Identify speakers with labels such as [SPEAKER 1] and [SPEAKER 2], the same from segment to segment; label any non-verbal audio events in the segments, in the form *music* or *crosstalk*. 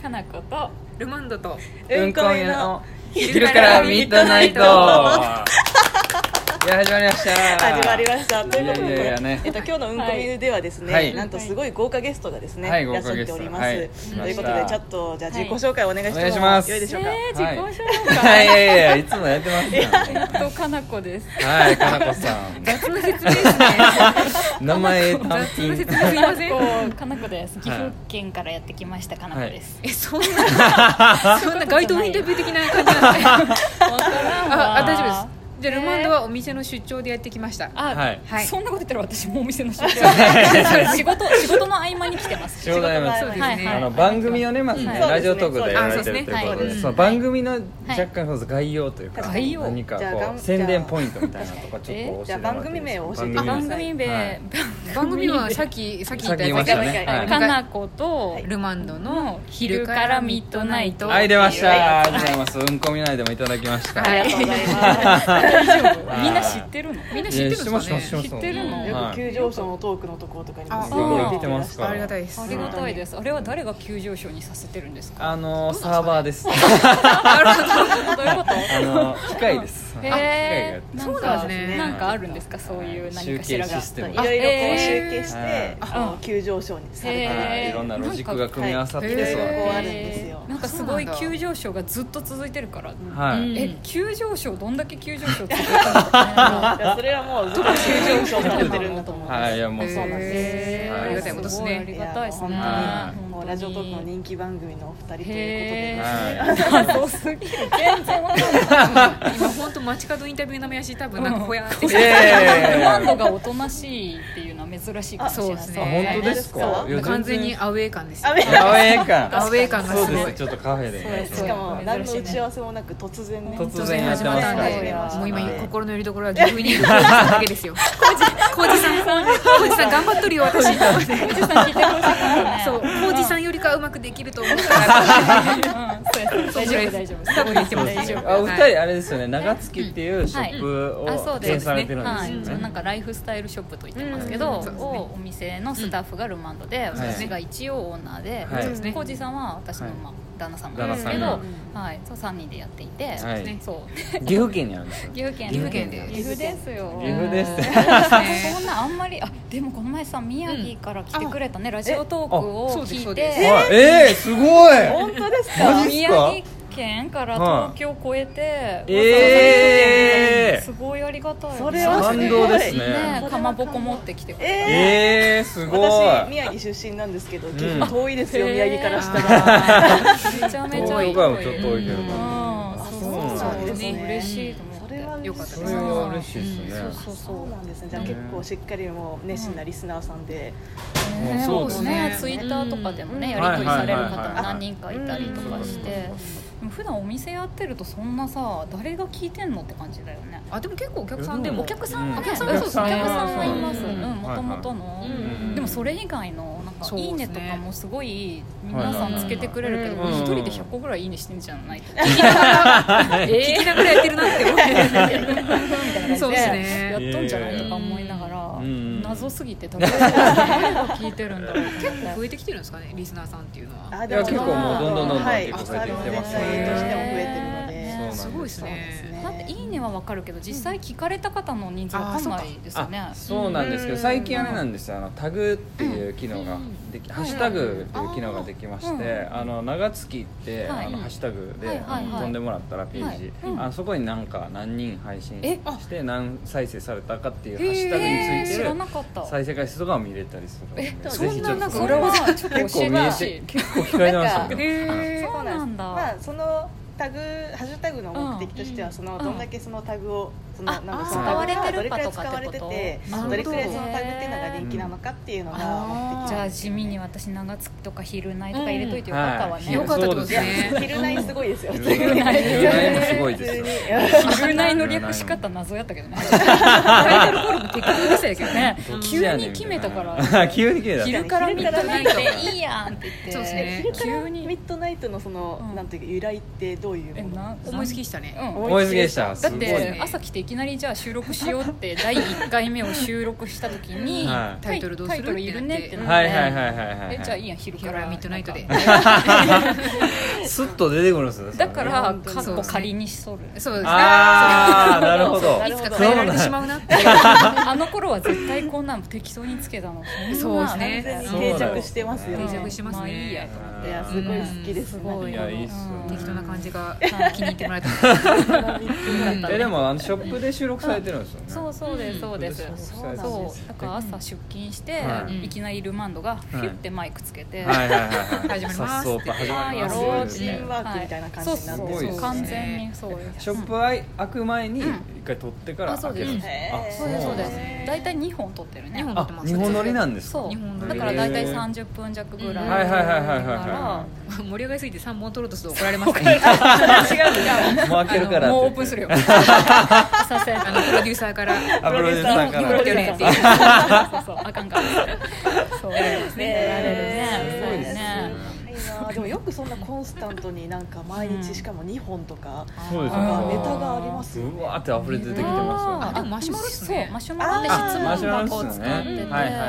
[SPEAKER 1] かなこと
[SPEAKER 2] ルマンドと
[SPEAKER 1] うんこいの昼からミッドナイト
[SPEAKER 3] いや始まりました
[SPEAKER 4] 始まりましたということで
[SPEAKER 3] いやいやいやね
[SPEAKER 4] えっと、今日の「うんこみ」ではですね、
[SPEAKER 3] はい
[SPEAKER 4] なんとすごい豪華ゲストがですね、
[SPEAKER 3] はい
[SPEAKER 4] いらっしゃっております、
[SPEAKER 3] はい豪華ゲスト
[SPEAKER 4] と
[SPEAKER 3] はい
[SPEAKER 4] いうこと
[SPEAKER 3] 来
[SPEAKER 4] で
[SPEAKER 3] ました
[SPEAKER 4] ちょっとじゃあ自己紹介をお願いして
[SPEAKER 3] お願いし
[SPEAKER 4] も
[SPEAKER 3] ます
[SPEAKER 4] よいでしょうか、
[SPEAKER 1] えー、自己紹
[SPEAKER 3] は
[SPEAKER 1] 介、
[SPEAKER 3] いいやいやいつもやってます
[SPEAKER 1] え
[SPEAKER 3] ね
[SPEAKER 1] っとかなこ *laughs* です
[SPEAKER 3] はいかなこさ
[SPEAKER 2] 雑な説明ですね
[SPEAKER 3] ん名前単
[SPEAKER 2] 雑な
[SPEAKER 3] 品
[SPEAKER 2] 説明
[SPEAKER 1] か
[SPEAKER 2] すいま
[SPEAKER 1] な
[SPEAKER 2] せん
[SPEAKER 1] こかなこです岐
[SPEAKER 3] は
[SPEAKER 1] 阜
[SPEAKER 3] い
[SPEAKER 1] 県からやってきましたかなこです、
[SPEAKER 2] えそんな *laughs* そんな街頭インタビュー的な感じ *laughs* なんですね
[SPEAKER 1] わからんわ
[SPEAKER 2] ああ大丈夫ですじゃあルマンドはお店の出張でやってきました
[SPEAKER 1] あ、
[SPEAKER 3] はい
[SPEAKER 2] はい
[SPEAKER 1] そんなこと言ったら私もうお店の仕事仕事仕事の合間に来てます
[SPEAKER 3] ちょうどあります
[SPEAKER 4] そうです
[SPEAKER 2] ね
[SPEAKER 1] はいはい
[SPEAKER 3] あの番組をねまずね
[SPEAKER 1] はい
[SPEAKER 3] ラジオトークでやられてるということ
[SPEAKER 1] そうです
[SPEAKER 3] で
[SPEAKER 1] ね
[SPEAKER 3] その番組の若干こう概要というか
[SPEAKER 1] 概要
[SPEAKER 3] 何か
[SPEAKER 4] じゃあ
[SPEAKER 3] こ
[SPEAKER 4] がん
[SPEAKER 3] う宣伝ポイントみたいなのとかちょっと教えてもらっていいですか
[SPEAKER 4] えじゃあ番組名を教えてください
[SPEAKER 1] 番組名、
[SPEAKER 3] はい
[SPEAKER 2] 番組はさっきさっき言った
[SPEAKER 3] さ
[SPEAKER 2] やつ
[SPEAKER 3] っき言いま
[SPEAKER 4] したねはい
[SPEAKER 1] かなこと
[SPEAKER 2] ルマンドの
[SPEAKER 1] 昼
[SPEAKER 2] 昼
[SPEAKER 1] か
[SPEAKER 2] からら
[SPEAKER 1] ミッ
[SPEAKER 2] ミッ
[SPEAKER 1] ド
[SPEAKER 2] ド
[SPEAKER 1] ナ
[SPEAKER 2] ナ
[SPEAKER 1] イ
[SPEAKER 2] イ
[SPEAKER 1] ト
[SPEAKER 2] ト
[SPEAKER 3] ありがとうございました
[SPEAKER 4] は
[SPEAKER 3] ありがとうございますうんこみないでもいただきました
[SPEAKER 2] は
[SPEAKER 4] ありがとうございます
[SPEAKER 1] みんな知ってるの
[SPEAKER 2] みんな知ってるんですかね
[SPEAKER 3] いや知ってます知ってます
[SPEAKER 1] 知ってるの
[SPEAKER 4] よ
[SPEAKER 3] はい
[SPEAKER 4] く急上昇のトークのところとかにも
[SPEAKER 2] あ
[SPEAKER 4] すごい
[SPEAKER 1] あ
[SPEAKER 4] 出てまし
[SPEAKER 3] あ
[SPEAKER 4] た
[SPEAKER 2] ありがたいです
[SPEAKER 1] ありがたいですあれは誰が急上昇にさせてるんですか
[SPEAKER 3] あのサーバーです。
[SPEAKER 1] どういうこと
[SPEAKER 3] あの機械です。機械がや
[SPEAKER 1] へ
[SPEAKER 3] って
[SPEAKER 1] え
[SPEAKER 3] ます
[SPEAKER 2] そうなんですね
[SPEAKER 1] なんかあるんですかそういう何かしら
[SPEAKER 3] 集計
[SPEAKER 1] が
[SPEAKER 3] システム
[SPEAKER 4] い
[SPEAKER 3] あ
[SPEAKER 4] ろいろこう集
[SPEAKER 1] え
[SPEAKER 4] 計して
[SPEAKER 3] え、
[SPEAKER 4] あの急上昇にされてる、
[SPEAKER 3] はい
[SPEAKER 1] へー
[SPEAKER 3] いろんなロジックが組み合わさって
[SPEAKER 2] なんか
[SPEAKER 3] そ
[SPEAKER 4] い
[SPEAKER 3] う
[SPEAKER 4] ろいろこうあるん
[SPEAKER 3] は
[SPEAKER 4] ですよ
[SPEAKER 1] なんかすごい
[SPEAKER 2] そうなんだ
[SPEAKER 1] 急上昇がずっと続いてるから
[SPEAKER 3] い。
[SPEAKER 1] え
[SPEAKER 2] うん
[SPEAKER 1] 急上昇どんだけ急上昇続いたのか
[SPEAKER 4] いやそれはもうずっと急上昇されてるんだと思うんです、
[SPEAKER 3] はいいやもうそう
[SPEAKER 4] なんです
[SPEAKER 1] へー
[SPEAKER 3] はいありがたい
[SPEAKER 2] ことです
[SPEAKER 1] す
[SPEAKER 2] ね
[SPEAKER 1] ごいありがたいですね
[SPEAKER 4] い
[SPEAKER 3] や
[SPEAKER 4] もうラジオトークの人気番組のお二人ということ
[SPEAKER 1] へ
[SPEAKER 4] で
[SPEAKER 1] ー
[SPEAKER 3] は
[SPEAKER 1] 謎すぎる全然わかんない
[SPEAKER 2] 今本当街角インタビューのめやし多分なんかほやって *laughs*
[SPEAKER 3] い。いやいやい
[SPEAKER 1] ル
[SPEAKER 3] や
[SPEAKER 1] マ
[SPEAKER 3] い
[SPEAKER 1] ン
[SPEAKER 3] や
[SPEAKER 1] ドがおとなしいっていうのは珍しいかもしれない
[SPEAKER 2] あそうです
[SPEAKER 3] あ
[SPEAKER 2] ね
[SPEAKER 3] 本当ですか。いや
[SPEAKER 2] 完全に。アウェー感です
[SPEAKER 4] アウェー
[SPEAKER 3] アウェー感。
[SPEAKER 2] アウェー感が
[SPEAKER 3] そう
[SPEAKER 2] す
[SPEAKER 3] です
[SPEAKER 2] ご
[SPEAKER 3] ね
[SPEAKER 2] い
[SPEAKER 3] ちょっとカフェでね。
[SPEAKER 4] しかも何の打ち合わせもなく突然ね
[SPEAKER 3] 突然やってますから
[SPEAKER 2] もう今
[SPEAKER 3] はい
[SPEAKER 2] 心のより所は岐阜にいるだけですよ浩二さん浩二さん頑張っとるよ私
[SPEAKER 1] おじさん聞いてほしいからね
[SPEAKER 2] そう浩二さんよりかはうまくできると思うから
[SPEAKER 1] うんそうや大丈夫大丈
[SPEAKER 2] 多分
[SPEAKER 1] 夫
[SPEAKER 2] できてます
[SPEAKER 4] 大丈
[SPEAKER 3] あお二人
[SPEAKER 2] はい
[SPEAKER 3] あれですよね長月っていうショ
[SPEAKER 1] あ
[SPEAKER 3] ップ
[SPEAKER 1] そ
[SPEAKER 3] を
[SPEAKER 1] う
[SPEAKER 3] 経営
[SPEAKER 1] です
[SPEAKER 3] され
[SPEAKER 1] ね
[SPEAKER 3] てるん
[SPEAKER 1] は
[SPEAKER 3] で
[SPEAKER 1] い、
[SPEAKER 3] すよ
[SPEAKER 1] なん
[SPEAKER 3] ね。
[SPEAKER 1] かライフスタイルショップと言ってますけど、
[SPEAKER 2] うんそうですね
[SPEAKER 1] をお店のスタッフがルマンドで、
[SPEAKER 3] うん
[SPEAKER 1] 私が一応オーナーで
[SPEAKER 3] はい
[SPEAKER 2] そうですね
[SPEAKER 1] 浩二さんは私の、まあ、旦那さんなんですけど、
[SPEAKER 3] 旦那
[SPEAKER 1] は
[SPEAKER 3] さ
[SPEAKER 1] いそう3人でやっていて、
[SPEAKER 3] はい
[SPEAKER 1] そうで
[SPEAKER 3] 岐阜県にあるんですよ。
[SPEAKER 1] 岐阜県
[SPEAKER 3] 岐阜
[SPEAKER 2] 県です
[SPEAKER 1] 岐阜ですよ
[SPEAKER 3] 岐阜ですね。
[SPEAKER 1] *laughs* そんなあんまりあでもこの前さ宮城から来てくれたね、ラジオトーク
[SPEAKER 2] あ
[SPEAKER 1] を
[SPEAKER 2] そうです
[SPEAKER 1] 聞
[SPEAKER 2] そう
[SPEAKER 1] い
[SPEAKER 2] です
[SPEAKER 1] て、
[SPEAKER 3] はいえーすごい。
[SPEAKER 4] 本当ですか
[SPEAKER 3] マジっ
[SPEAKER 1] 宮
[SPEAKER 3] すか
[SPEAKER 1] 城県から東京を越えて、
[SPEAKER 3] えー
[SPEAKER 1] すごいありがたい
[SPEAKER 4] それは
[SPEAKER 3] 感動ですね
[SPEAKER 1] ねかまぼこ持ってきてくれて
[SPEAKER 4] ええ
[SPEAKER 3] えーすごい。
[SPEAKER 4] 私宮城出身なんですけど結構遠いですよ、宮城からしたら
[SPEAKER 1] めちゃめちゃ
[SPEAKER 3] 東京
[SPEAKER 1] い
[SPEAKER 3] からも
[SPEAKER 1] い
[SPEAKER 3] ちょっと多いけど。
[SPEAKER 1] うんそうそうですね嬉しいと思っ
[SPEAKER 4] そ
[SPEAKER 1] て
[SPEAKER 4] れは
[SPEAKER 2] よかった
[SPEAKER 3] そ
[SPEAKER 2] で
[SPEAKER 3] れ
[SPEAKER 2] す
[SPEAKER 3] は嬉しいですね。
[SPEAKER 1] そうそう
[SPEAKER 4] そうなんですねじゃあ結構しっかりもう熱心なリスナーさんで、
[SPEAKER 3] ね
[SPEAKER 1] そうですね
[SPEAKER 2] うん
[SPEAKER 1] ツイッターとかでもね
[SPEAKER 4] う
[SPEAKER 1] や
[SPEAKER 4] ん
[SPEAKER 1] り取りされる方
[SPEAKER 3] はいはいはいは
[SPEAKER 1] も
[SPEAKER 3] い
[SPEAKER 1] 何人かいたりとかしてでも普段お店やってるとそんなさ誰が聞いてんのって感じだよね
[SPEAKER 2] あでも結構お客さんでも
[SPEAKER 1] お客さんはね
[SPEAKER 3] お
[SPEAKER 1] お
[SPEAKER 3] 客
[SPEAKER 1] 客
[SPEAKER 3] さ
[SPEAKER 1] さ
[SPEAKER 3] ん
[SPEAKER 1] ん
[SPEAKER 3] は
[SPEAKER 1] はいます
[SPEAKER 2] そうそうそう
[SPEAKER 1] もともとの
[SPEAKER 3] うん
[SPEAKER 1] でもそれ以外のなん
[SPEAKER 2] そ
[SPEAKER 1] か「
[SPEAKER 2] うで
[SPEAKER 1] い
[SPEAKER 2] す
[SPEAKER 1] いね」
[SPEAKER 2] ね
[SPEAKER 1] とかもすごい皆さんつけてくれるけど
[SPEAKER 3] はいはいはい
[SPEAKER 1] 一人で100個ぐらい「いいね」してんじゃないと
[SPEAKER 3] *laughs*
[SPEAKER 1] か
[SPEAKER 2] 聞きながらやってるなって思ってそうです
[SPEAKER 1] や
[SPEAKER 2] ね
[SPEAKER 1] っとんじゃないとか思いながら
[SPEAKER 3] うん
[SPEAKER 1] 謎すぎて多分誰が聞いてるんだろうと思って
[SPEAKER 2] 増えてきてるんですかねリスナーさんっていうのは
[SPEAKER 4] あ
[SPEAKER 3] いや結構もうどんどんどんどん
[SPEAKER 4] はい
[SPEAKER 3] 結
[SPEAKER 4] ア
[SPEAKER 3] 構
[SPEAKER 4] フ
[SPEAKER 3] 増え
[SPEAKER 4] タ
[SPEAKER 3] て
[SPEAKER 4] ー
[SPEAKER 3] き
[SPEAKER 4] の
[SPEAKER 3] て
[SPEAKER 4] 年代
[SPEAKER 3] ま
[SPEAKER 4] としても増えてるので、
[SPEAKER 3] すねそう
[SPEAKER 2] すごいです
[SPEAKER 4] そうです
[SPEAKER 2] ね
[SPEAKER 4] ね
[SPEAKER 1] だって「いいね」は分かるけど実際聞かれた方の人数分かんないですよね
[SPEAKER 3] あそうなんですけど
[SPEAKER 2] うん
[SPEAKER 3] 最近あれなんですよあのタグっていう機能ができ、ハッシュタグっていう機能ができまして、あの長月って、
[SPEAKER 1] はい
[SPEAKER 3] あのハッシュタグで、
[SPEAKER 1] はいはいはい
[SPEAKER 3] 飛んでもらったらページ、
[SPEAKER 1] はいうん
[SPEAKER 3] あのそこになんか何人配信
[SPEAKER 1] え
[SPEAKER 3] して何再生されたかっていうハ
[SPEAKER 2] へー
[SPEAKER 3] ッシュタグ
[SPEAKER 1] え
[SPEAKER 3] に
[SPEAKER 1] ー
[SPEAKER 3] つい
[SPEAKER 1] 知
[SPEAKER 3] て
[SPEAKER 1] ら
[SPEAKER 3] る
[SPEAKER 1] なかった
[SPEAKER 3] 再生回数とかを見れたりするので
[SPEAKER 1] え
[SPEAKER 3] ぜひちょっと
[SPEAKER 1] それはちょっと教
[SPEAKER 3] 結構
[SPEAKER 1] え
[SPEAKER 3] 見
[SPEAKER 1] て
[SPEAKER 3] え
[SPEAKER 1] ほ
[SPEAKER 3] て
[SPEAKER 1] し
[SPEAKER 3] 結構聞かれてました
[SPEAKER 1] い
[SPEAKER 3] ね。
[SPEAKER 1] へーそうなんだ
[SPEAKER 4] まあそのタグハッシュタグの目的としては、
[SPEAKER 2] うん
[SPEAKER 4] そのどんだけそのタグをその
[SPEAKER 1] あ
[SPEAKER 4] なんか
[SPEAKER 2] あ
[SPEAKER 4] その
[SPEAKER 1] 使
[SPEAKER 4] タグ
[SPEAKER 1] われてる
[SPEAKER 4] どれくらい
[SPEAKER 1] か
[SPEAKER 4] 使
[SPEAKER 1] とか
[SPEAKER 4] わ
[SPEAKER 1] って
[SPEAKER 4] れて
[SPEAKER 1] こと
[SPEAKER 4] て
[SPEAKER 2] なるほど
[SPEAKER 4] どれくらいそのタグっていうのが人気なのかっていうのが目的
[SPEAKER 1] じゃ
[SPEAKER 4] なん
[SPEAKER 1] あ
[SPEAKER 4] です
[SPEAKER 1] 地
[SPEAKER 4] よね
[SPEAKER 1] 味に私長月とか昼内とか入れといてよかったわね、
[SPEAKER 3] うん
[SPEAKER 2] よかったってことです
[SPEAKER 4] いや
[SPEAKER 2] ね
[SPEAKER 4] 昼内すごいですよ
[SPEAKER 3] 昼内もすごいですよ。
[SPEAKER 1] 昼内の略し方謎やったけどね
[SPEAKER 2] タイトルコールも適当でしたけどね
[SPEAKER 1] ね急に決めたから
[SPEAKER 3] *laughs* 急に決めた。
[SPEAKER 1] 昼からミッドナイトでいいやんって言って
[SPEAKER 2] そうですね
[SPEAKER 4] 昼から
[SPEAKER 1] 急に
[SPEAKER 4] ミッドナイトのその、
[SPEAKER 1] うん
[SPEAKER 4] なんていうか由来ってどうどういう
[SPEAKER 1] え
[SPEAKER 4] もの
[SPEAKER 1] な
[SPEAKER 2] 思いつきでしたね、
[SPEAKER 1] うん
[SPEAKER 3] 思いつきでした
[SPEAKER 1] だ
[SPEAKER 3] す
[SPEAKER 1] っ
[SPEAKER 3] ごい
[SPEAKER 1] て
[SPEAKER 3] ね
[SPEAKER 1] 朝来ていきなりじゃあ収録しようって第1回目を収録した時に
[SPEAKER 3] はい
[SPEAKER 1] タイトルどうするタイトルいるねってなって
[SPEAKER 3] はいはいはいはいはい
[SPEAKER 1] えじゃあいいや昼か
[SPEAKER 2] 夜
[SPEAKER 1] ら
[SPEAKER 2] はミッドナイトで
[SPEAKER 3] スッと出てくるんですねそれ
[SPEAKER 1] だ
[SPEAKER 3] ね
[SPEAKER 1] から
[SPEAKER 4] そう
[SPEAKER 1] カッコ仮にしとる
[SPEAKER 2] そうですね
[SPEAKER 3] ああなるほど
[SPEAKER 2] そ
[SPEAKER 4] な
[SPEAKER 2] う
[SPEAKER 4] る
[SPEAKER 2] いつ
[SPEAKER 4] ほど
[SPEAKER 2] か変えられてしまうなって
[SPEAKER 1] あの頃は絶対こんなん適当につけたの
[SPEAKER 2] そうですね
[SPEAKER 4] 完
[SPEAKER 1] そ
[SPEAKER 4] 全
[SPEAKER 1] ん
[SPEAKER 4] に
[SPEAKER 1] な
[SPEAKER 4] 定着してますよ
[SPEAKER 1] うん
[SPEAKER 2] 定
[SPEAKER 4] ね
[SPEAKER 2] 着してますね
[SPEAKER 1] まあいいやと思っ
[SPEAKER 4] い
[SPEAKER 1] て
[SPEAKER 4] やすごい好きです
[SPEAKER 1] うんすごい
[SPEAKER 3] いやいいっすよね
[SPEAKER 2] 適当な感じが
[SPEAKER 1] ん
[SPEAKER 2] 気に入ってもらえた
[SPEAKER 4] うん
[SPEAKER 3] えでもあのショップで収録されてるんですよね
[SPEAKER 1] そうそうですそうです
[SPEAKER 3] うん
[SPEAKER 1] そう
[SPEAKER 3] そう
[SPEAKER 4] なんで
[SPEAKER 1] そ
[SPEAKER 4] す
[SPEAKER 1] うだから朝出勤して
[SPEAKER 3] はい
[SPEAKER 1] いきなりルマンドがフィュってマイクつけて
[SPEAKER 3] はいはいはいはい
[SPEAKER 2] 始まります
[SPEAKER 3] 早速始まります
[SPEAKER 1] あーやろうって
[SPEAKER 4] チームワークみたいな感じになって
[SPEAKER 1] はい
[SPEAKER 3] す
[SPEAKER 1] そうそう
[SPEAKER 3] ごいです
[SPEAKER 1] そう
[SPEAKER 3] ね
[SPEAKER 1] 完全にそうです
[SPEAKER 3] ショップは開く前に一
[SPEAKER 1] うん
[SPEAKER 3] 回撮ってから
[SPEAKER 1] あそ
[SPEAKER 3] 開
[SPEAKER 1] う
[SPEAKER 3] け
[SPEAKER 1] です
[SPEAKER 3] るんです
[SPEAKER 4] へー
[SPEAKER 1] そうですそうです
[SPEAKER 4] へー
[SPEAKER 1] 大体2本撮ってるね
[SPEAKER 2] 二本
[SPEAKER 3] あ日本乗りなんですか
[SPEAKER 1] そ
[SPEAKER 2] 日本撮
[SPEAKER 1] う
[SPEAKER 2] り
[SPEAKER 1] だから大体
[SPEAKER 3] へー
[SPEAKER 1] 30分弱ぐらい
[SPEAKER 2] うんはいはい
[SPEAKER 3] はいはいはいはい
[SPEAKER 1] から
[SPEAKER 2] 盛り上がりすぎて3本取ろうとすると怒られますから
[SPEAKER 1] もう
[SPEAKER 3] もう開けるからって言って
[SPEAKER 1] オープンす
[SPEAKER 3] *laughs*
[SPEAKER 1] るよさせ
[SPEAKER 2] あのプロデューサーから
[SPEAKER 3] あプロデューサーか
[SPEAKER 2] 日
[SPEAKER 3] ら
[SPEAKER 2] 本撮るねっていう
[SPEAKER 1] そうそうあかんからそうですねやられるねそうですね
[SPEAKER 4] いいなあでもよくそんなコンスタントになんか毎日しかも2本とか
[SPEAKER 3] そう
[SPEAKER 4] なん
[SPEAKER 3] です
[SPEAKER 4] かネタがありますよね
[SPEAKER 3] うわーって溢れ出てきてます
[SPEAKER 2] あでもマシュマロっすね
[SPEAKER 1] そうマシュマロって質
[SPEAKER 4] あー
[SPEAKER 3] よマシュマロ
[SPEAKER 1] 問
[SPEAKER 3] です
[SPEAKER 1] 箱を
[SPEAKER 3] よ
[SPEAKER 1] 使
[SPEAKER 3] ね
[SPEAKER 1] ってて
[SPEAKER 3] はいはいはいは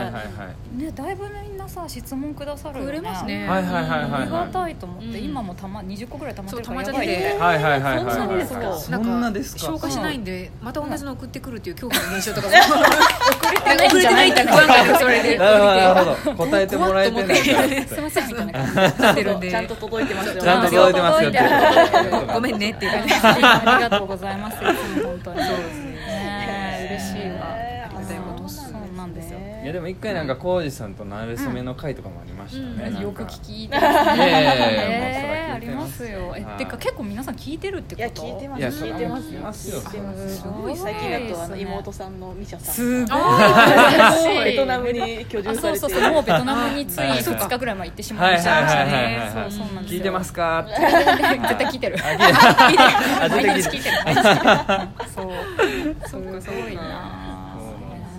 [SPEAKER 3] い
[SPEAKER 1] ねだいぶみんなさ質問くださるよ
[SPEAKER 2] くれますね
[SPEAKER 3] はいはいはい
[SPEAKER 1] あ
[SPEAKER 3] はい
[SPEAKER 1] りがたいと思って、
[SPEAKER 2] うん
[SPEAKER 1] 今もたま20個ぐらい溜まってるから
[SPEAKER 2] そう
[SPEAKER 1] や
[SPEAKER 2] 溜まっ
[SPEAKER 1] ば
[SPEAKER 2] ち
[SPEAKER 1] い
[SPEAKER 2] ゃってて
[SPEAKER 1] ね
[SPEAKER 3] はいはいはいはい
[SPEAKER 1] そんな
[SPEAKER 3] は
[SPEAKER 1] ん
[SPEAKER 3] い
[SPEAKER 1] ですか
[SPEAKER 3] そんなですか
[SPEAKER 2] 消化しないんでまた同じの送ってくるっていう恐怖の現象とかも
[SPEAKER 4] *laughs*
[SPEAKER 1] 遅
[SPEAKER 2] 遅
[SPEAKER 1] れ
[SPEAKER 2] れ
[SPEAKER 1] て
[SPEAKER 2] て
[SPEAKER 1] な
[SPEAKER 2] ないい
[SPEAKER 1] ん
[SPEAKER 2] ん
[SPEAKER 1] じゃ
[SPEAKER 2] だ
[SPEAKER 1] な
[SPEAKER 2] ね
[SPEAKER 1] い
[SPEAKER 2] それで
[SPEAKER 3] *laughs* なるほどなるほど答えてもらえてないからって
[SPEAKER 1] すいませんみたいな感
[SPEAKER 2] なってるんで
[SPEAKER 4] ちゃんと届いてますよね
[SPEAKER 3] ちゃんと届いてますよっていう *laughs* ことで
[SPEAKER 2] ごめんねっていう感じ
[SPEAKER 4] *laughs*
[SPEAKER 1] じありがとうございますいつも本当にそうですね嬉しいわ
[SPEAKER 4] へー
[SPEAKER 2] ありがたいことっす
[SPEAKER 1] そうなんですよ
[SPEAKER 3] いやでも一回なんか浩二さんとなれそめの会とかもありましたね、
[SPEAKER 2] うん
[SPEAKER 3] なんか
[SPEAKER 1] よく聞き入れて
[SPEAKER 3] いやいやいやいや
[SPEAKER 1] えー、
[SPEAKER 3] もうそら聞
[SPEAKER 1] あ
[SPEAKER 3] いて
[SPEAKER 1] りますよえ
[SPEAKER 3] はい
[SPEAKER 1] てか結構皆さん聞いてるって
[SPEAKER 4] いや
[SPEAKER 1] こと
[SPEAKER 4] 聞いてま
[SPEAKER 3] い
[SPEAKER 4] す
[SPEAKER 3] やそ
[SPEAKER 4] 聞
[SPEAKER 3] れ
[SPEAKER 4] い
[SPEAKER 3] は
[SPEAKER 4] てます
[SPEAKER 3] 聞きますよ
[SPEAKER 4] 聞いてます
[SPEAKER 1] す
[SPEAKER 4] す
[SPEAKER 1] ご
[SPEAKER 4] ご
[SPEAKER 1] い
[SPEAKER 4] い最近だとあ
[SPEAKER 1] そう
[SPEAKER 4] の
[SPEAKER 1] ですね
[SPEAKER 4] 妹さんのミシャさん
[SPEAKER 3] すごい
[SPEAKER 1] ごい
[SPEAKER 4] ベトナムに居
[SPEAKER 1] あ
[SPEAKER 4] 住さ
[SPEAKER 1] そう
[SPEAKER 4] れて
[SPEAKER 1] そうそうもうベトナムについ
[SPEAKER 3] はい
[SPEAKER 1] 2日ぐらい前行ってしま
[SPEAKER 3] はいい
[SPEAKER 1] ま
[SPEAKER 3] はい
[SPEAKER 1] し
[SPEAKER 3] は
[SPEAKER 1] た
[SPEAKER 3] いはいはい、はい、
[SPEAKER 1] そうそうなんですよ
[SPEAKER 3] 聞いてますかって
[SPEAKER 1] 絶対聞いてる
[SPEAKER 3] あ
[SPEAKER 1] 毎
[SPEAKER 3] 出て
[SPEAKER 1] 日
[SPEAKER 3] き
[SPEAKER 1] 聞い
[SPEAKER 3] て
[SPEAKER 1] てるそうそうすごいな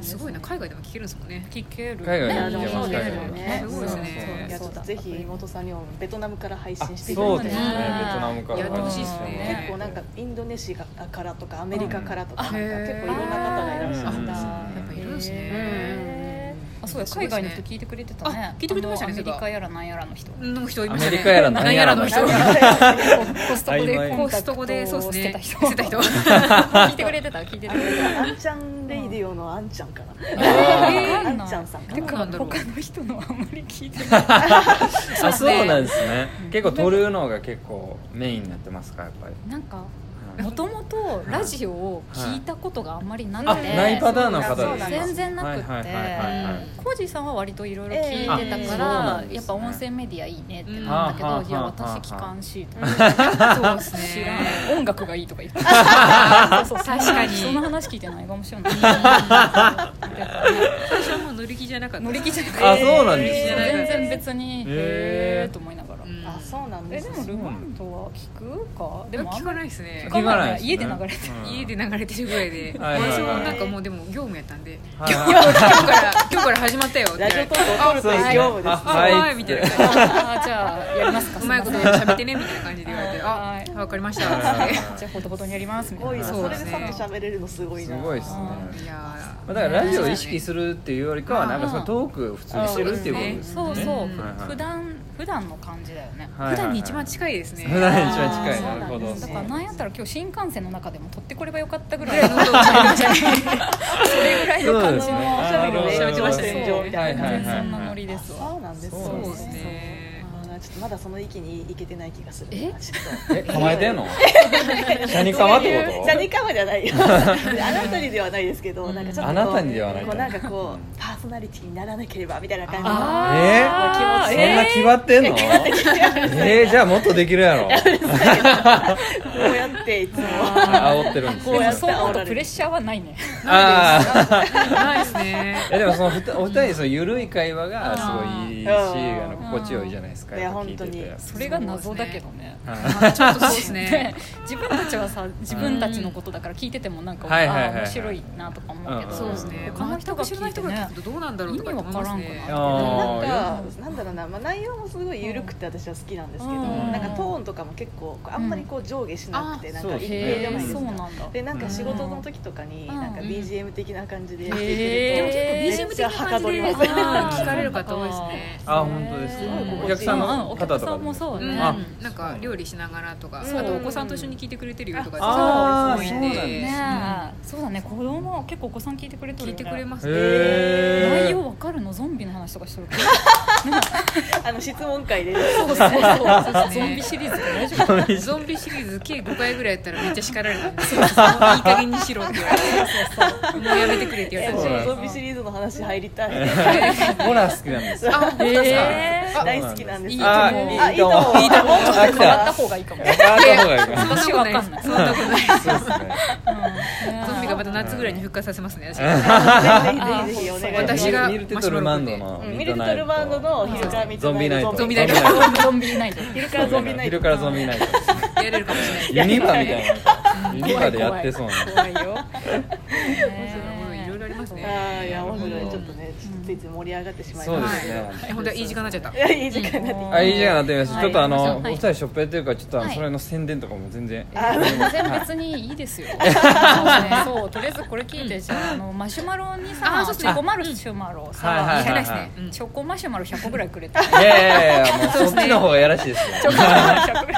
[SPEAKER 2] すごいな海外でも聞けるんですもんね
[SPEAKER 1] 聞ける
[SPEAKER 3] 海外
[SPEAKER 4] で
[SPEAKER 1] ね
[SPEAKER 4] も聞けます
[SPEAKER 1] そうだよ
[SPEAKER 4] ね
[SPEAKER 2] すごいですね
[SPEAKER 4] いやちょっとぜひ妹さんにもベトナムから配
[SPEAKER 3] あ
[SPEAKER 4] 信していた
[SPEAKER 3] そ
[SPEAKER 4] だい
[SPEAKER 3] う
[SPEAKER 4] て
[SPEAKER 3] ですねベトナムから
[SPEAKER 2] やってほしいっすね
[SPEAKER 4] 結構なんかインドネシアからとかアメリカからとかなんか
[SPEAKER 2] うん
[SPEAKER 4] 結構いろんな方がいらっしゃる
[SPEAKER 3] うん
[SPEAKER 2] やっぱいるんですね
[SPEAKER 1] へーあそうや海外の人聞いてくれてたね
[SPEAKER 2] あ聞いてくれてましたね
[SPEAKER 1] あのアメリカやらなんやらの人
[SPEAKER 2] の人い
[SPEAKER 3] ア
[SPEAKER 2] ま
[SPEAKER 3] メ
[SPEAKER 2] した
[SPEAKER 3] リ
[SPEAKER 2] ね
[SPEAKER 3] カやら
[SPEAKER 2] な
[SPEAKER 3] 何
[SPEAKER 2] ん
[SPEAKER 3] や
[SPEAKER 2] や
[SPEAKER 3] ら
[SPEAKER 2] ら
[SPEAKER 3] の
[SPEAKER 2] の
[SPEAKER 3] 人
[SPEAKER 2] 人
[SPEAKER 1] *laughs*
[SPEAKER 2] *laughs*
[SPEAKER 3] は
[SPEAKER 1] コストコ
[SPEAKER 3] 曖
[SPEAKER 1] で
[SPEAKER 3] 昧
[SPEAKER 1] コ
[SPEAKER 2] コ
[SPEAKER 1] ス
[SPEAKER 2] ス
[SPEAKER 1] ト
[SPEAKER 2] ト
[SPEAKER 1] コ
[SPEAKER 2] コ
[SPEAKER 1] で
[SPEAKER 2] で
[SPEAKER 1] そ
[SPEAKER 2] そうう
[SPEAKER 1] で
[SPEAKER 2] ですす
[SPEAKER 1] ね
[SPEAKER 2] ね
[SPEAKER 1] 捨てた人
[SPEAKER 2] 捨て
[SPEAKER 1] *laughs*
[SPEAKER 2] た人
[SPEAKER 1] 聞いてくれてた聞いてくれてた
[SPEAKER 4] あんちゃんレイディオのあんちゃんかな
[SPEAKER 1] えー
[SPEAKER 4] あんちゃんさんか
[SPEAKER 1] て
[SPEAKER 4] な
[SPEAKER 2] どこ
[SPEAKER 1] か
[SPEAKER 2] なんだろう
[SPEAKER 1] 他の人のあんまり聞いてない
[SPEAKER 3] あそうなんですね結構撮るのが結構メインになってますかやっぱり、
[SPEAKER 1] *laughs* なんか
[SPEAKER 3] はい
[SPEAKER 1] もともとラジオを聞いたことがあんまりなく
[SPEAKER 3] あ
[SPEAKER 1] て、
[SPEAKER 3] ないパターンの方
[SPEAKER 4] そう
[SPEAKER 3] で
[SPEAKER 4] な
[SPEAKER 3] す
[SPEAKER 4] ん
[SPEAKER 3] ね
[SPEAKER 4] だ
[SPEAKER 1] 全然なくって、
[SPEAKER 3] はいはいはいはいはい
[SPEAKER 1] コージーさんは割といろいろ聞いてたか
[SPEAKER 3] ええあそうな
[SPEAKER 1] ら、
[SPEAKER 3] んですね
[SPEAKER 1] やっぱ音声メディアいいねってなったけど、
[SPEAKER 3] うん
[SPEAKER 1] いや
[SPEAKER 3] はあはあはあはあ
[SPEAKER 1] 私聞かんしとか、
[SPEAKER 2] そうです
[SPEAKER 1] 知
[SPEAKER 2] ね
[SPEAKER 1] らん音楽がいいとか言って
[SPEAKER 2] そう確かに
[SPEAKER 1] その話聞いてないかもしれない
[SPEAKER 2] 最初はもう乗り気じゃなかった
[SPEAKER 1] 乗り気じゃなく
[SPEAKER 3] あ
[SPEAKER 1] て
[SPEAKER 3] そうなん
[SPEAKER 4] え
[SPEAKER 3] です
[SPEAKER 4] ー
[SPEAKER 1] 全
[SPEAKER 3] ね、
[SPEAKER 1] 然別にへ
[SPEAKER 3] へえ
[SPEAKER 1] えと思いながら、
[SPEAKER 2] うん
[SPEAKER 4] あそうなんで
[SPEAKER 1] え
[SPEAKER 4] す
[SPEAKER 1] で
[SPEAKER 4] ね
[SPEAKER 1] もルマンドは聞くかでもあんま
[SPEAKER 2] 聞か
[SPEAKER 1] り
[SPEAKER 2] ないですね
[SPEAKER 1] 聞かない
[SPEAKER 3] ですね
[SPEAKER 1] 家で流れて
[SPEAKER 3] うん
[SPEAKER 2] 家で流れてるぐらいで
[SPEAKER 3] *laughs* はいはいはい
[SPEAKER 2] 私もなんかもうでも業務やったんで
[SPEAKER 3] はいはい
[SPEAKER 2] 今日
[SPEAKER 3] *laughs*
[SPEAKER 2] から今日から始まったよって言
[SPEAKER 4] ラ
[SPEAKER 2] わ
[SPEAKER 4] ジオ
[SPEAKER 2] れ
[SPEAKER 4] ト
[SPEAKER 2] て
[SPEAKER 4] ークを取るという業務で
[SPEAKER 3] あ
[SPEAKER 4] す
[SPEAKER 2] あはい
[SPEAKER 3] はい
[SPEAKER 2] みたいな感じ
[SPEAKER 1] あーじゃあやりますか
[SPEAKER 2] うまいこと喋ってねみたいな感じで言われて
[SPEAKER 1] は
[SPEAKER 2] あ
[SPEAKER 1] い
[SPEAKER 2] わかりまし
[SPEAKER 3] はい
[SPEAKER 2] たっつっ
[SPEAKER 1] じゃあほどほどにやりますみ
[SPEAKER 4] す
[SPEAKER 1] た
[SPEAKER 4] ご
[SPEAKER 1] い
[SPEAKER 4] い
[SPEAKER 1] な
[SPEAKER 4] な
[SPEAKER 2] そ
[SPEAKER 4] そうれ
[SPEAKER 2] です
[SPEAKER 4] で
[SPEAKER 2] ね
[SPEAKER 4] さっと喋れるのすごい
[SPEAKER 3] す
[SPEAKER 4] な
[SPEAKER 3] ごいです
[SPEAKER 2] てい
[SPEAKER 3] ね
[SPEAKER 2] やー
[SPEAKER 3] まあだからラジオを意識するっていうよりかはなんかそのトークを普通にしてるっていうことです
[SPEAKER 1] そ
[SPEAKER 3] よ
[SPEAKER 1] う
[SPEAKER 3] ね
[SPEAKER 1] そう、
[SPEAKER 2] うん
[SPEAKER 3] はいはい
[SPEAKER 1] 普段普段の感じだよね。
[SPEAKER 3] はい
[SPEAKER 2] 普段に一番近いですね
[SPEAKER 3] 普段に一番近い
[SPEAKER 1] あー
[SPEAKER 3] なるほ
[SPEAKER 1] そう
[SPEAKER 3] ど
[SPEAKER 1] んですだからなんやったら今日新幹線の中でも撮ってこればよかったぐ
[SPEAKER 2] ぐ
[SPEAKER 1] ら
[SPEAKER 2] ら
[SPEAKER 1] い
[SPEAKER 3] *laughs*
[SPEAKER 2] い
[SPEAKER 1] の
[SPEAKER 2] の音を感じましたね
[SPEAKER 1] それぐらいの
[SPEAKER 3] そう
[SPEAKER 1] 感 *laughs*
[SPEAKER 3] で
[SPEAKER 1] じ
[SPEAKER 3] す
[SPEAKER 1] の
[SPEAKER 3] ね
[SPEAKER 1] おしゃべりを
[SPEAKER 4] おしゃべりをして
[SPEAKER 1] そう
[SPEAKER 4] 天井みたいな
[SPEAKER 1] 全然
[SPEAKER 4] 感じ
[SPEAKER 1] そんなノリですわ。
[SPEAKER 4] そうなんです
[SPEAKER 3] そう
[SPEAKER 2] そう
[SPEAKER 3] で
[SPEAKER 2] ですね
[SPEAKER 4] あーちょっとまだその域に行けてない気がする
[SPEAKER 1] え
[SPEAKER 4] なちょっ
[SPEAKER 3] え構えてんのシャニカマってこと
[SPEAKER 4] とじゃあ2回まではないよあなたにではないですけどなんかちょっとこう
[SPEAKER 3] あなたにではない
[SPEAKER 4] こうなんかこうパーソナリティにならなければみたいな感じの
[SPEAKER 1] あ
[SPEAKER 3] え
[SPEAKER 1] ー
[SPEAKER 3] そんな決まってんのえー、じゃあもっとできるやろ
[SPEAKER 4] こうやっていつも
[SPEAKER 3] あ煽ってるんです
[SPEAKER 1] で
[SPEAKER 4] こうや
[SPEAKER 1] も
[SPEAKER 4] って
[SPEAKER 1] そうなるとプレッシャーはないね
[SPEAKER 3] ああ
[SPEAKER 2] ないですね
[SPEAKER 3] *laughs* いやでもそのふたお二人のその緩い会話がすごいいいし
[SPEAKER 4] あー
[SPEAKER 3] あの心地よいじゃないですか
[SPEAKER 4] いや
[SPEAKER 3] やっぱ聞いて
[SPEAKER 4] 本当
[SPEAKER 3] て
[SPEAKER 4] に
[SPEAKER 1] それが謎だけどね
[SPEAKER 2] まあちょっとそうですね
[SPEAKER 3] *laughs*
[SPEAKER 1] ね自分たちはさ自分たちのことだから聞いててもなんか、
[SPEAKER 3] はいはいは
[SPEAKER 1] あ
[SPEAKER 3] いはい
[SPEAKER 1] ー面白いなとか思うけど、
[SPEAKER 3] うん
[SPEAKER 2] そうですね
[SPEAKER 1] 他の人が聞いてね
[SPEAKER 2] 全く知らない人が聞くとどうなんだろうとかって思います
[SPEAKER 1] 意味
[SPEAKER 2] ね
[SPEAKER 1] わか
[SPEAKER 4] なん
[SPEAKER 3] あ
[SPEAKER 4] かなんだろうな、まあ、内容もすごい緩くて私は好きなんですけど、
[SPEAKER 1] うん
[SPEAKER 4] なんかトーンとかも結構こうあんまりこう上下しなくて、
[SPEAKER 3] ん
[SPEAKER 4] なん
[SPEAKER 3] あ
[SPEAKER 4] か一定じ
[SPEAKER 1] へえ
[SPEAKER 4] ゃないです
[SPEAKER 1] そう。
[SPEAKER 4] か
[SPEAKER 1] なんだ
[SPEAKER 4] でなんか仕事の時とかに
[SPEAKER 1] うん
[SPEAKER 4] なんか BGM 的な感じで
[SPEAKER 1] へ
[SPEAKER 4] 聴いて
[SPEAKER 1] え *laughs*
[SPEAKER 4] る
[SPEAKER 2] 結
[SPEAKER 4] と
[SPEAKER 2] 構 BGM 的な感じで
[SPEAKER 4] めっちゃはかどります
[SPEAKER 1] あー
[SPEAKER 2] 聞かれる方多いですね
[SPEAKER 3] あ本当です
[SPEAKER 4] すごい心地いい
[SPEAKER 3] お客さんの
[SPEAKER 1] お
[SPEAKER 3] 方
[SPEAKER 1] 客
[SPEAKER 3] と
[SPEAKER 1] さ
[SPEAKER 3] か
[SPEAKER 1] んもそうね、
[SPEAKER 2] うん
[SPEAKER 3] あ
[SPEAKER 2] なんか料理しながらとか
[SPEAKER 4] そう
[SPEAKER 2] あとお子さんと一緒に聞いてくれてるよとか
[SPEAKER 3] あー
[SPEAKER 2] そういう人
[SPEAKER 3] そうなんです
[SPEAKER 1] ね
[SPEAKER 3] ね
[SPEAKER 1] そうだね子供結構お子さん聞いてくれてるよ
[SPEAKER 2] 聞い
[SPEAKER 1] ね
[SPEAKER 2] てくれますね
[SPEAKER 1] 内
[SPEAKER 3] へ
[SPEAKER 1] 容
[SPEAKER 3] え
[SPEAKER 1] わかるのゾンビの話とかしてるから
[SPEAKER 4] あの質問会で
[SPEAKER 1] そうそう
[SPEAKER 2] そう
[SPEAKER 1] ゾンビシリーズ大丈夫
[SPEAKER 2] ゾンビシリーズ計5回ぐらいやったらめっちゃ叱られたんですよいい加減にしろって言われてもうやめてくれって言われ
[SPEAKER 4] え
[SPEAKER 2] た
[SPEAKER 3] そうなんです
[SPEAKER 4] ゾンビシリーズの話入りたい
[SPEAKER 3] ホラー好きなんです
[SPEAKER 2] あ本当ですか、
[SPEAKER 1] えー
[SPEAKER 4] 大好きなんです
[SPEAKER 3] あ
[SPEAKER 4] あ
[SPEAKER 3] いいと思う
[SPEAKER 4] いいと思う
[SPEAKER 3] あ来
[SPEAKER 1] やったた方がいいかも、
[SPEAKER 3] やった方がいいか
[SPEAKER 2] そんなことないですそんなことないです
[SPEAKER 3] そうですね
[SPEAKER 1] うん
[SPEAKER 2] ゾン
[SPEAKER 1] *laughs*
[SPEAKER 2] ビがまた夏ぐらいに復活させますね私
[SPEAKER 4] ぜひぜひぜひお願 *laughs* いします
[SPEAKER 2] 私が
[SPEAKER 3] ミルテトルマンドの
[SPEAKER 4] うんミルテトルバンドの昼からミッド
[SPEAKER 3] ゾンビナ
[SPEAKER 4] ナ
[SPEAKER 3] イ
[SPEAKER 4] イ
[SPEAKER 3] ト
[SPEAKER 4] ト
[SPEAKER 2] ゾンビナイト
[SPEAKER 1] ゾンビいないと
[SPEAKER 4] 昼からゾンビナイト
[SPEAKER 3] 昼からゾンビナイト
[SPEAKER 2] やれるかもし *laughs* れない
[SPEAKER 3] ユニバみたいなユニバでやってそうな
[SPEAKER 1] 怖いよ
[SPEAKER 2] いろいろあります
[SPEAKER 4] あ
[SPEAKER 2] ね
[SPEAKER 4] ーいや面白いちょっとねついつい盛り上がってしまい
[SPEAKER 3] そう
[SPEAKER 4] ま
[SPEAKER 3] で
[SPEAKER 4] し
[SPEAKER 3] すね
[SPEAKER 2] はい、本当はいい時間になっちゃった
[SPEAKER 4] たいやいい時間になってき
[SPEAKER 3] あいいじゃんなってみま
[SPEAKER 1] は
[SPEAKER 3] す
[SPEAKER 1] い
[SPEAKER 3] ちょっとあのお
[SPEAKER 1] はい
[SPEAKER 3] 二人ショップやってるからちょっとあの
[SPEAKER 1] はい
[SPEAKER 3] それの宣伝とかも全然
[SPEAKER 1] 全然別にいいですよ。そうですねそう、とりあえずこれ聞いて、じゃあ、あのマシュマロにさ
[SPEAKER 2] あ、そうそう
[SPEAKER 1] チョコマルシュマロ
[SPEAKER 3] はいはい
[SPEAKER 1] さ、
[SPEAKER 2] やらないですね、うん
[SPEAKER 1] チョコマシュマロ100個ぐらいくれた。
[SPEAKER 3] いやいやいやもうそっちの方がやらしいですね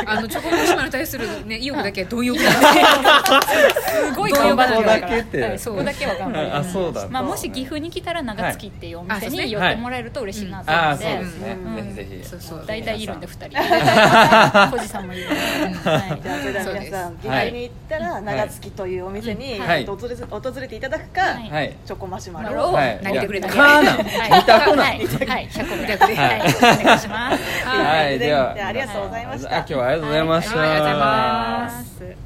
[SPEAKER 2] あのチョコモシマに対するね意欲だけは貪欲なんです
[SPEAKER 1] すごい頑張
[SPEAKER 3] そ
[SPEAKER 1] る
[SPEAKER 3] こ
[SPEAKER 1] んだ
[SPEAKER 3] だ
[SPEAKER 1] か
[SPEAKER 3] けっ
[SPEAKER 1] ら。
[SPEAKER 3] て
[SPEAKER 1] そこだけは頑張る。
[SPEAKER 3] あそうだ
[SPEAKER 1] まあ、もし岐阜に来たら長月っていうお
[SPEAKER 2] はい
[SPEAKER 1] 店
[SPEAKER 2] あそうで
[SPEAKER 1] に
[SPEAKER 2] すね
[SPEAKER 1] 寄ってもらえると嬉しいなと
[SPEAKER 3] あ
[SPEAKER 1] 思
[SPEAKER 3] あ
[SPEAKER 1] っ
[SPEAKER 3] そうで
[SPEAKER 1] て
[SPEAKER 3] すね
[SPEAKER 4] うん
[SPEAKER 3] ぜひぜひ
[SPEAKER 2] そうそう
[SPEAKER 1] 大体いるんで
[SPEAKER 3] 皆
[SPEAKER 1] 2人小路さんもいるんではい
[SPEAKER 4] じゃあそれでは皆さん
[SPEAKER 3] そうです
[SPEAKER 4] 議会に行ったら長月というお店に
[SPEAKER 3] はい
[SPEAKER 4] 訪れ訪れていただくか
[SPEAKER 1] はい
[SPEAKER 3] はい
[SPEAKER 4] チョコマシュマ
[SPEAKER 1] マ
[SPEAKER 4] ロ
[SPEAKER 1] ロ
[SPEAKER 4] を
[SPEAKER 1] を
[SPEAKER 4] は
[SPEAKER 3] はい
[SPEAKER 1] 投げてくれた
[SPEAKER 3] いやカーナン
[SPEAKER 1] はい
[SPEAKER 3] 二択な
[SPEAKER 1] は
[SPEAKER 3] ん
[SPEAKER 1] いはい100個ぐらいくれたはいお願いします
[SPEAKER 2] はい
[SPEAKER 3] では
[SPEAKER 4] ありがとうございました
[SPEAKER 3] あ今日はありがとうございました
[SPEAKER 2] はいありがとうございます
[SPEAKER 1] ます